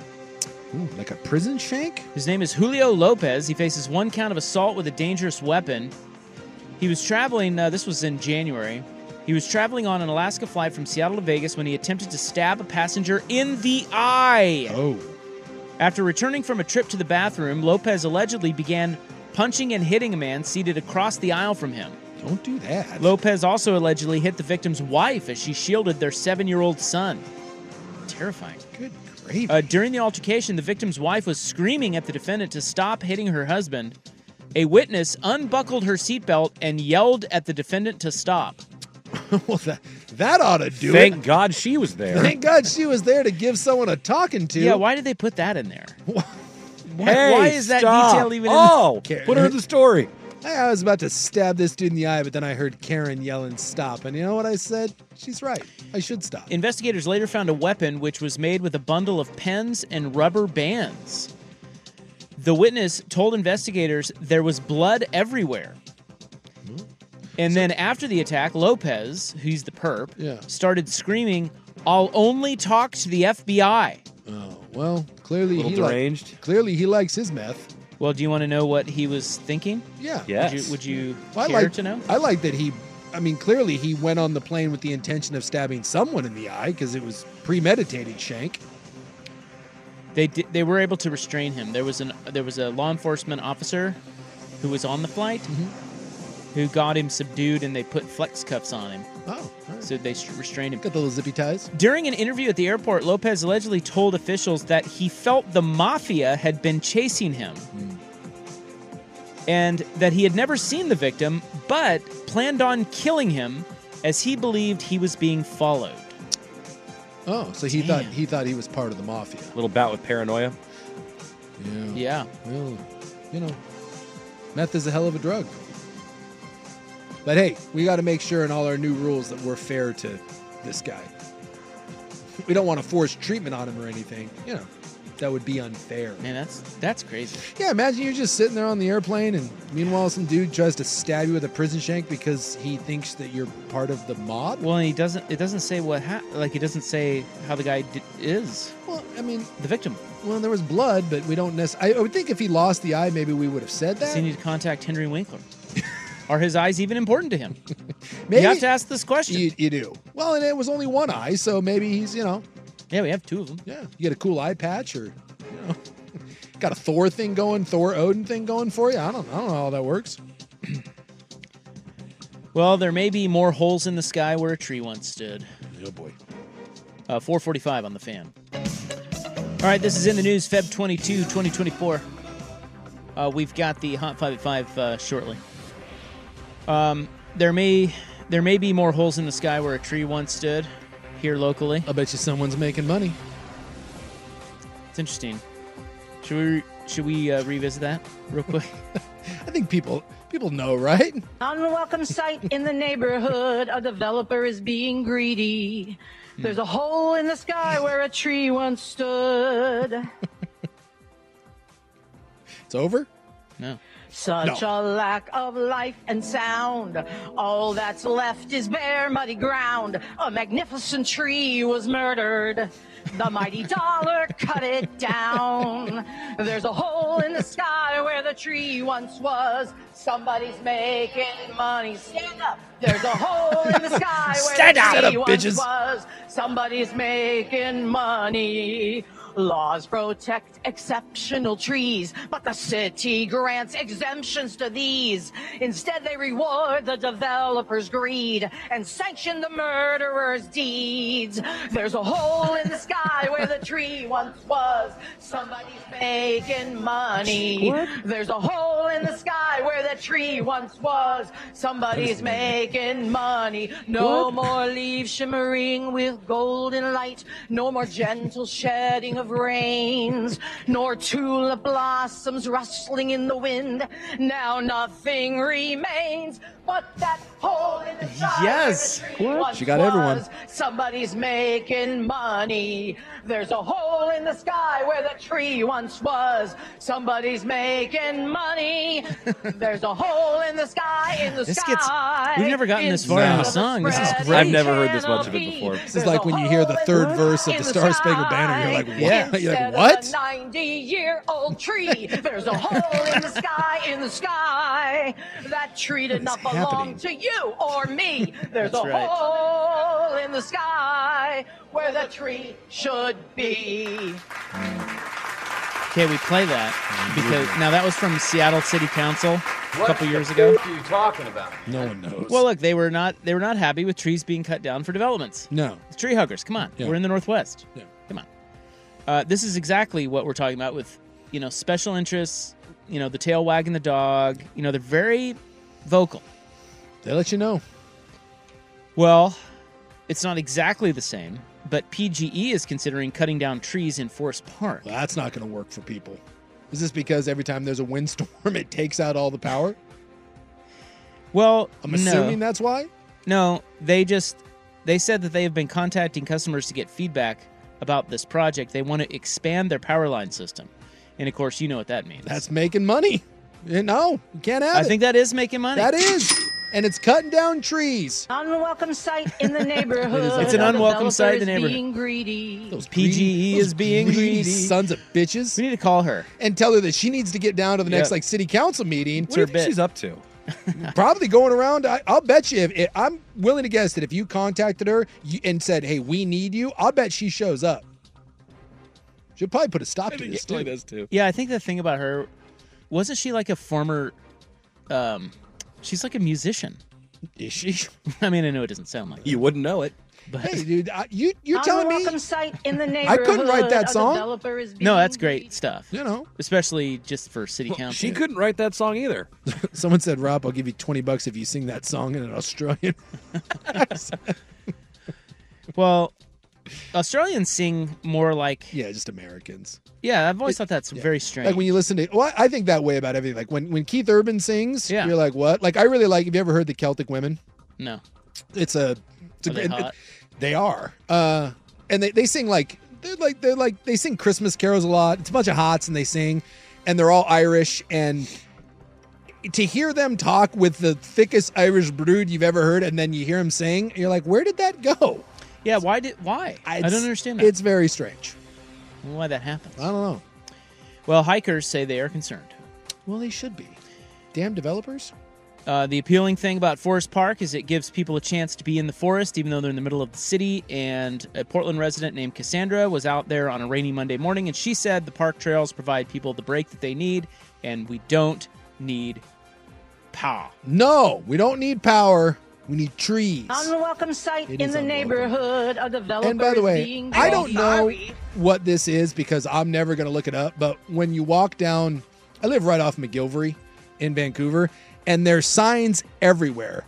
[SPEAKER 6] Ooh, like a prison shank?
[SPEAKER 5] His name is Julio Lopez. He faces one count of assault with a dangerous weapon. He was traveling, uh, this was in January. He was traveling on an Alaska flight from Seattle to Vegas when he attempted to stab a passenger in the eye.
[SPEAKER 6] Oh.
[SPEAKER 5] After returning from a trip to the bathroom, Lopez allegedly began punching and hitting a man seated across the aisle from him.
[SPEAKER 6] Don't do that.
[SPEAKER 5] Lopez also allegedly hit the victim's wife as she shielded their seven year old son. Terrifying.
[SPEAKER 6] Good grief.
[SPEAKER 5] Uh, during the altercation, the victim's wife was screaming at the defendant to stop hitting her husband. A witness unbuckled her seatbelt and yelled at the defendant to stop.
[SPEAKER 6] well, that, that ought to do
[SPEAKER 7] Thank
[SPEAKER 6] it.
[SPEAKER 7] God she was there.
[SPEAKER 6] Thank God she was there to give someone a talking to.
[SPEAKER 5] Yeah, why did they put that in there? Why,
[SPEAKER 7] Hey,
[SPEAKER 5] why is that
[SPEAKER 7] stop.
[SPEAKER 5] detail even
[SPEAKER 7] Oh,
[SPEAKER 5] in
[SPEAKER 7] put her in the story.
[SPEAKER 6] I was about to stab this dude in the eye, but then I heard Karen yelling stop. And you know what I said? She's right. I should stop.
[SPEAKER 5] Investigators later found a weapon which was made with a bundle of pens and rubber bands. The witness told investigators there was blood everywhere.
[SPEAKER 6] Hmm.
[SPEAKER 5] And then after the attack, Lopez, who's the perp,
[SPEAKER 6] Yeah.
[SPEAKER 5] started screaming, I'll only talk to the FBI.
[SPEAKER 6] Oh, well, clearly
[SPEAKER 5] Little
[SPEAKER 6] he like-
[SPEAKER 5] deranged.
[SPEAKER 6] clearly he likes his meth.
[SPEAKER 5] Well, do you want to know what he was thinking?
[SPEAKER 6] Yeah.
[SPEAKER 5] Would
[SPEAKER 6] Yes.
[SPEAKER 5] you, would you
[SPEAKER 6] Well,
[SPEAKER 5] care to know?
[SPEAKER 6] I like that he. I mean, clearly he went on the plane with the intention of stabbing someone in the eye because it was premeditated shank.
[SPEAKER 5] They di- they were able to restrain him. There was an there was a law enforcement officer who was on the flight who got him subdued, and they put flex cuffs on him.
[SPEAKER 6] Oh,
[SPEAKER 5] so they s- restrained him.
[SPEAKER 6] Got the little zippy ties.
[SPEAKER 5] During an interview at the airport, Lopez allegedly told officials that he felt the mafia had been chasing him. And that he had never seen the victim, but planned on killing him as he believed he was being followed.
[SPEAKER 6] Oh, so he thought he thought he was part of the mafia.
[SPEAKER 7] Little bout with paranoia.
[SPEAKER 6] Yeah.
[SPEAKER 5] Yeah.
[SPEAKER 6] Well, you know, meth is a hell of a drug. But hey, we got to make sure in all our new rules that we're fair to this guy. We don't want to force treatment on him or anything. You know, that would be unfair.
[SPEAKER 5] Man, that's that's crazy.
[SPEAKER 6] Yeah, imagine you're just sitting there on the airplane, and meanwhile, some dude tries to stab you with a prison shank because he thinks that you're part of the mob.
[SPEAKER 5] Well, and he doesn't. It doesn't say what hap Like it doesn't say how the guy d- is.
[SPEAKER 6] Well, I mean,
[SPEAKER 5] the victim.
[SPEAKER 6] Well, there was blood, but we don't necessarily. I would think if he lost the eye, maybe we would have said
[SPEAKER 5] Does
[SPEAKER 6] that.
[SPEAKER 5] he need to contact Henry Winkler? Are his eyes even important to him?
[SPEAKER 6] Maybe-
[SPEAKER 5] you have to ask this question.
[SPEAKER 6] You, you do. Well, and it was only one eye, so maybe he's, you know.
[SPEAKER 5] Yeah, we have two of them.
[SPEAKER 6] Yeah. You get a cool eye patch or, you know, got a Thor thing going, Thor Odin thing going for you. I don't, I don't know how that works.
[SPEAKER 5] Well, there may be more holes in the sky where a tree once stood.
[SPEAKER 6] Oh, boy.
[SPEAKER 5] Uh, 445 on the fan. All right, this is in the news Feb 22, 2024. Uh, we've got the Hot 5 at 5 uh, shortly. Um, there may there may be more holes in the sky where a tree once stood here locally.
[SPEAKER 6] I bet you someone's making money.
[SPEAKER 5] It's interesting. Should we should we uh, revisit that real quick?
[SPEAKER 6] I think people people know, right?
[SPEAKER 9] Unwelcome sight in the neighborhood. A developer is being greedy. There's a hole in the sky where a tree once stood.
[SPEAKER 6] It's over?
[SPEAKER 5] No.
[SPEAKER 9] Such a lack of life and sound. All that's left is bare, muddy ground. A magnificent tree was murdered. The mighty dollar cut it down. There's a hole in the sky where the tree once was. Somebody's making money. Stand up. There's a
[SPEAKER 6] Oh,
[SPEAKER 9] hole in the sky where
[SPEAKER 6] Stand
[SPEAKER 9] the
[SPEAKER 6] up.
[SPEAKER 9] tree
[SPEAKER 6] Stand up,
[SPEAKER 9] once
[SPEAKER 6] bitches.
[SPEAKER 9] was. Somebody's making money. Laws protect exceptional trees, but the city grants exemptions to these. Instead, they reward the developer's greed and sanction the murderer's deeds. There's a hole in the sky where the tree once was. Somebody's making money.
[SPEAKER 10] What?
[SPEAKER 9] There's a hole in the sky where the tree once was. Somebody's making money. No
[SPEAKER 10] What?
[SPEAKER 9] more leaves shimmering with golden light. No more gentle shedding of rains. Nor tulip blossoms rustling in the wind. Now nothing remains but that hole in the sky.
[SPEAKER 6] Yes.
[SPEAKER 9] where the tree
[SPEAKER 6] What?
[SPEAKER 9] once
[SPEAKER 6] She got everyone.
[SPEAKER 9] was. Somebody's making money. There's a hole in the sky where the tree once was. Somebody's making money. There's a hole in the sky in the
[SPEAKER 5] This gets-
[SPEAKER 9] sky.
[SPEAKER 5] we've never gotten this far in the song. This is
[SPEAKER 9] spread
[SPEAKER 5] great.
[SPEAKER 7] I've never heard this much of it before.
[SPEAKER 6] This is like when you hear the third verse of the Star Spangled Banner, you're like, what?
[SPEAKER 9] Yeah.
[SPEAKER 6] You're like,
[SPEAKER 9] Instead of
[SPEAKER 6] what?
[SPEAKER 9] a 90 year old tree. There's a hole in the sky, in the sky. That tree did not belong
[SPEAKER 6] happening?
[SPEAKER 9] to you or me. There's
[SPEAKER 6] That's
[SPEAKER 9] a
[SPEAKER 6] right.
[SPEAKER 9] hole in the sky where the tree should be.
[SPEAKER 5] Okay, we play that because now that was from Seattle City Council a couple years ago.
[SPEAKER 11] What are you talking about?
[SPEAKER 6] No one knows.
[SPEAKER 5] Well, look, they were not they were not happy with trees being cut down for developments.
[SPEAKER 6] No.
[SPEAKER 5] The tree huggers, come on.
[SPEAKER 6] Yeah.
[SPEAKER 5] We're in the Northwest.
[SPEAKER 6] Yeah.
[SPEAKER 5] Come on. Uh, this is exactly what we're talking about with, you know, special interests, you know, the tail wagging the dog. You know, they're very vocal.
[SPEAKER 6] They let you know.
[SPEAKER 5] Well, it's not exactly the same, but PGE is considering cutting down trees in Forest Park.
[SPEAKER 6] Well, that's not going to work for people. Is this because every time there's a windstorm, it takes out all the power?
[SPEAKER 5] Well,
[SPEAKER 6] I'm
[SPEAKER 5] no.
[SPEAKER 6] assuming that's why.
[SPEAKER 5] No, they just they said that they have been contacting customers to get feedback about this project. They want to expand their power line system. And of course, you know what that means.
[SPEAKER 6] That's making money. Eh, No, you can't have
[SPEAKER 5] I
[SPEAKER 6] it.
[SPEAKER 5] think that is making money.
[SPEAKER 6] That is. And it's cutting down trees.
[SPEAKER 9] Unwelcome sight in the neighborhood.
[SPEAKER 5] It's an
[SPEAKER 9] The
[SPEAKER 5] unwelcome sight in the
[SPEAKER 9] developer is
[SPEAKER 5] neighborhood.
[SPEAKER 9] Being greedy.
[SPEAKER 6] Those
[SPEAKER 9] E
[SPEAKER 5] PGE
[SPEAKER 6] those E
[SPEAKER 5] is being greedy.
[SPEAKER 6] Sons of bitches. We
[SPEAKER 5] need to call her
[SPEAKER 6] and tell her that she needs to get down to the next
[SPEAKER 7] Yep.
[SPEAKER 6] like city council meeting.
[SPEAKER 7] What do you think she's up to?
[SPEAKER 6] Probably going around. I, I'll bet you. If it, I'm willing to guess that if you contacted her you, and said, "Hey, we need you," I'll bet she shows up. She'll probably put a stop to this. too.
[SPEAKER 5] Yeah, I think the thing about her wasn't she like a former um she's like a musician.
[SPEAKER 6] Is she?
[SPEAKER 5] I mean, I know it doesn't sound like
[SPEAKER 7] You wouldn't know it.
[SPEAKER 5] But
[SPEAKER 6] Hey, dude, I, you you're telling me
[SPEAKER 9] Unwelcome sight in the
[SPEAKER 6] I
[SPEAKER 9] neighborhood.
[SPEAKER 6] couldn't write that
[SPEAKER 9] A
[SPEAKER 6] song.
[SPEAKER 9] developer is
[SPEAKER 5] No,
[SPEAKER 9] being
[SPEAKER 5] that's great stuff.
[SPEAKER 6] You know.
[SPEAKER 5] Especially just for city council.
[SPEAKER 7] She couldn't write that song either.
[SPEAKER 6] someone said, "Rob, I'll give you twenty bucks if you sing that song in an Australian."
[SPEAKER 5] Well, Australians sing more like
[SPEAKER 6] yeah, just Americans.
[SPEAKER 5] Yeah, I've always thought that's very strange.
[SPEAKER 6] Like when you listen to, well, I think that way about everything. Like when, when Keith Urban sings, you're like, what? Like I really like. Have you ever heard the Celtic Women?
[SPEAKER 5] no,
[SPEAKER 6] It's a, it's
[SPEAKER 5] Are
[SPEAKER 6] a
[SPEAKER 5] they
[SPEAKER 6] it- it-
[SPEAKER 5] hot?
[SPEAKER 6] they are. Uh, and they, they sing like they're like they're like they sing Christmas carols a lot. It's a bunch of hots and they sing, and they're all Irish. And to hear them talk with the thickest Irish brood you've ever heard, and then you hear them sing, you're like, where did that go?
[SPEAKER 5] Yeah, why did why? I don't understand that.
[SPEAKER 6] It's very strange.
[SPEAKER 5] I don't know why that happens. I
[SPEAKER 6] don't know.
[SPEAKER 5] Well, hikers say they are concerned.
[SPEAKER 6] Well, they should be. Damn developers.
[SPEAKER 5] Uh, the appealing thing about Forest Park is it gives people a chance to be in the forest, even though they're in the middle of the city. And a Portland resident named Cassandra was out there on a rainy Monday morning, and she said the park trails provide people the break that they need, and we don't need power.
[SPEAKER 6] No, we don't need power. We need trees.
[SPEAKER 12] Unwelcome sight
[SPEAKER 6] It
[SPEAKER 12] in
[SPEAKER 6] is
[SPEAKER 12] the
[SPEAKER 6] unwelcome.
[SPEAKER 12] neighborhood. A developer
[SPEAKER 6] And by the
[SPEAKER 12] is
[SPEAKER 6] way,
[SPEAKER 12] being
[SPEAKER 6] I don't
[SPEAKER 12] called
[SPEAKER 6] know
[SPEAKER 12] Ari.
[SPEAKER 6] what this is because I'm never going to look it up. But when you walk down, I live right off McGilvery in Vancouver, and there's signs everywhere,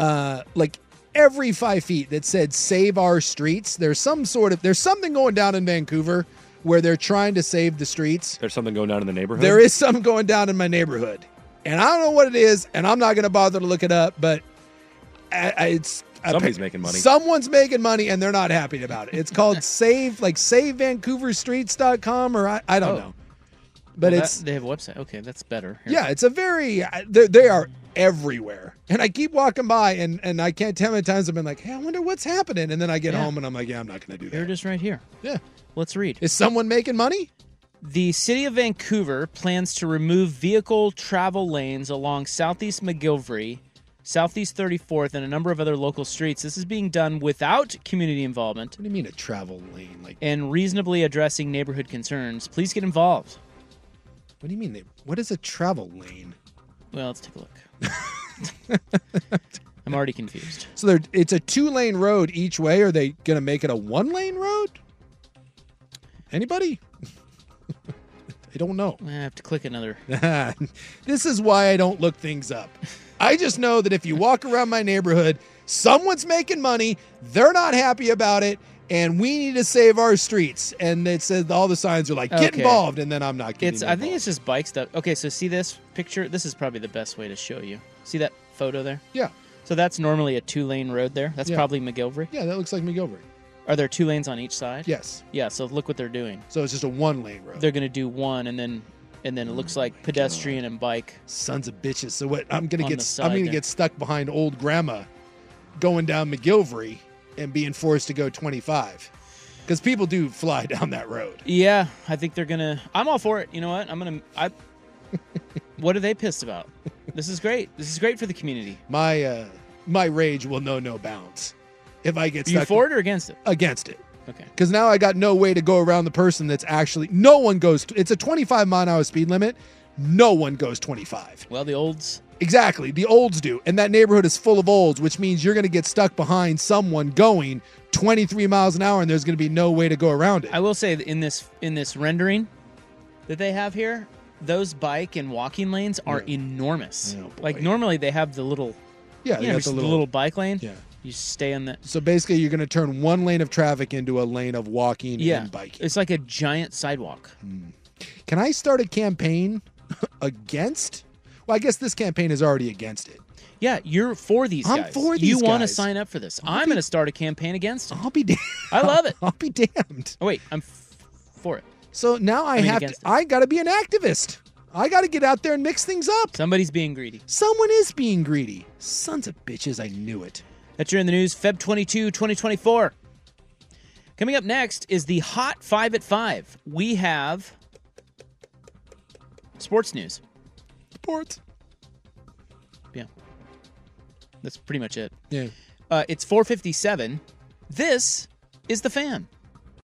[SPEAKER 6] uh, like every five feet that said "Save Our Streets." There's some sort of there's something going down in Vancouver where they're trying to save the streets.
[SPEAKER 7] There's something going down in the neighborhood.
[SPEAKER 6] There is some going down in my neighborhood, and I don't know what it is, and I'm not going to bother to look it up. But I, I, it's I-
[SPEAKER 7] Somebody's making money.
[SPEAKER 6] Someone's making money, and they're not happy about it. It's called Save, like SaveVancouverStreets.com, or I, I don't
[SPEAKER 5] Oh.
[SPEAKER 6] know. But
[SPEAKER 5] Well,
[SPEAKER 6] it's
[SPEAKER 5] that- they have a website. Okay, that's better. Here.
[SPEAKER 6] yeah, it's a very I- they they are everywhere, and I keep walking by, and and I can't tell how many times I've been like, hey, I wonder what's happening, and then I get
[SPEAKER 5] Yeah.
[SPEAKER 6] home and I'm like, yeah, I'm not going to do that.
[SPEAKER 5] They're just right here.
[SPEAKER 6] Yeah.
[SPEAKER 5] Let's read.
[SPEAKER 6] Is someone making money?
[SPEAKER 5] The city of Vancouver plans to remove vehicle travel lanes along Southeast McGilvery, Southeast 34th, and a number of other local streets. This is being done without community involvement. What
[SPEAKER 6] do you mean a travel lane? Like
[SPEAKER 5] and reasonably addressing neighborhood concerns. Please get involved.
[SPEAKER 6] What do you mean? They, what is a travel lane?
[SPEAKER 5] Well, let's take a look. I'm already confused.
[SPEAKER 6] So they're, it's a two lane road each way. Are they going to make it a one lane road? Anybody? I don't know.
[SPEAKER 5] I have to click another.
[SPEAKER 6] this is why I don't look things up. I just know that if you walk around my neighborhood, someone's making money, they're not happy about it, and we need to save our streets. And it says all the signs are like, get
[SPEAKER 5] Okay.
[SPEAKER 6] involved, and then I'm not getting
[SPEAKER 5] It's I think it's just bike stuff. Okay, so see this picture? This is probably the best way to show you. See that photo there?
[SPEAKER 6] Yeah.
[SPEAKER 5] So that's normally a two lane road there. That's
[SPEAKER 6] Yeah.
[SPEAKER 5] probably McGilvery.
[SPEAKER 6] Yeah, that looks like McGilvery.
[SPEAKER 5] Are there two lanes on each side?
[SPEAKER 6] Yes.
[SPEAKER 5] Yeah, so look what they're doing.
[SPEAKER 6] So it's just a one lane road.
[SPEAKER 5] They're gonna do one and then and then it looks like pedestrian and bike.
[SPEAKER 6] Sons of bitches. So what? I'm gonna
[SPEAKER 5] On
[SPEAKER 6] get
[SPEAKER 5] the
[SPEAKER 6] I'm
[SPEAKER 5] side
[SPEAKER 6] gonna
[SPEAKER 5] there.
[SPEAKER 6] get stuck behind old grandma, going down McGilvery and being forced to go 25, because people do fly down that road.
[SPEAKER 5] Yeah, I think they're gonna. I'm all for it. You know what? I'm gonna. I. what are they pissed about? This is great. This is great for the community.
[SPEAKER 6] My uh, my rage will know no bounds if I get
[SPEAKER 5] Are you
[SPEAKER 6] stuck
[SPEAKER 5] for it or against it?
[SPEAKER 6] against it.
[SPEAKER 5] Okay.
[SPEAKER 6] Because now I got no way to go around the person that's actually no one goes. It's a 25 mile an hour speed limit. No one goes 25.
[SPEAKER 5] Well, the olds.
[SPEAKER 6] Exactly. The olds do. And that neighborhood is full of olds, which means you're going to get stuck behind someone going 23 miles an hour and there's going to be no way to go around it.
[SPEAKER 5] I will say that in this in this rendering that they have here, those bike and walking lanes are enormous. like normally they have the little.
[SPEAKER 6] Yeah, Oh, they
[SPEAKER 5] You know,
[SPEAKER 6] got
[SPEAKER 5] just
[SPEAKER 6] the
[SPEAKER 5] the
[SPEAKER 6] little-
[SPEAKER 5] little, bike lane. Yeah. You stay in the.
[SPEAKER 6] So basically, you're going to turn one lane of traffic into a lane of walking
[SPEAKER 5] Yeah.
[SPEAKER 6] and biking.
[SPEAKER 5] It's like a giant sidewalk.
[SPEAKER 6] Can I start a campaign against? Well, I guess this campaign is already against it.
[SPEAKER 5] Yeah, you're for these
[SPEAKER 6] I'm
[SPEAKER 5] guys.
[SPEAKER 6] for
[SPEAKER 5] You
[SPEAKER 6] these
[SPEAKER 5] want to
[SPEAKER 6] guys.
[SPEAKER 5] sign up for this? I'm going to start a campaign against it.
[SPEAKER 6] I'll be damned.
[SPEAKER 5] I love it.
[SPEAKER 6] I'll be damned.
[SPEAKER 5] Oh wait, I'm f- for it.
[SPEAKER 6] So now I,
[SPEAKER 5] I mean,
[SPEAKER 6] have to,
[SPEAKER 5] against it.
[SPEAKER 6] I got to be an activist. I got to get out there and mix things up.
[SPEAKER 5] Somebody's being greedy.
[SPEAKER 6] Someone is being greedy. Sons of bitches, I knew it.
[SPEAKER 5] That's your in the news, Feb 22, 2024. Coming up next is the Hot 5 at 5. We have sports news.
[SPEAKER 6] Sports.
[SPEAKER 5] Yeah. That's pretty much it.
[SPEAKER 6] Yeah.
[SPEAKER 5] Uh, it's 457. This is The Fan.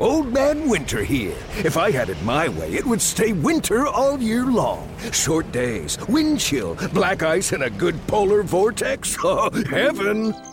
[SPEAKER 13] Old Man Winter here. If I had it my way, it would stay winter all year long. Short days, wind chill, black ice, and a good polar vortex. Oh, heaven!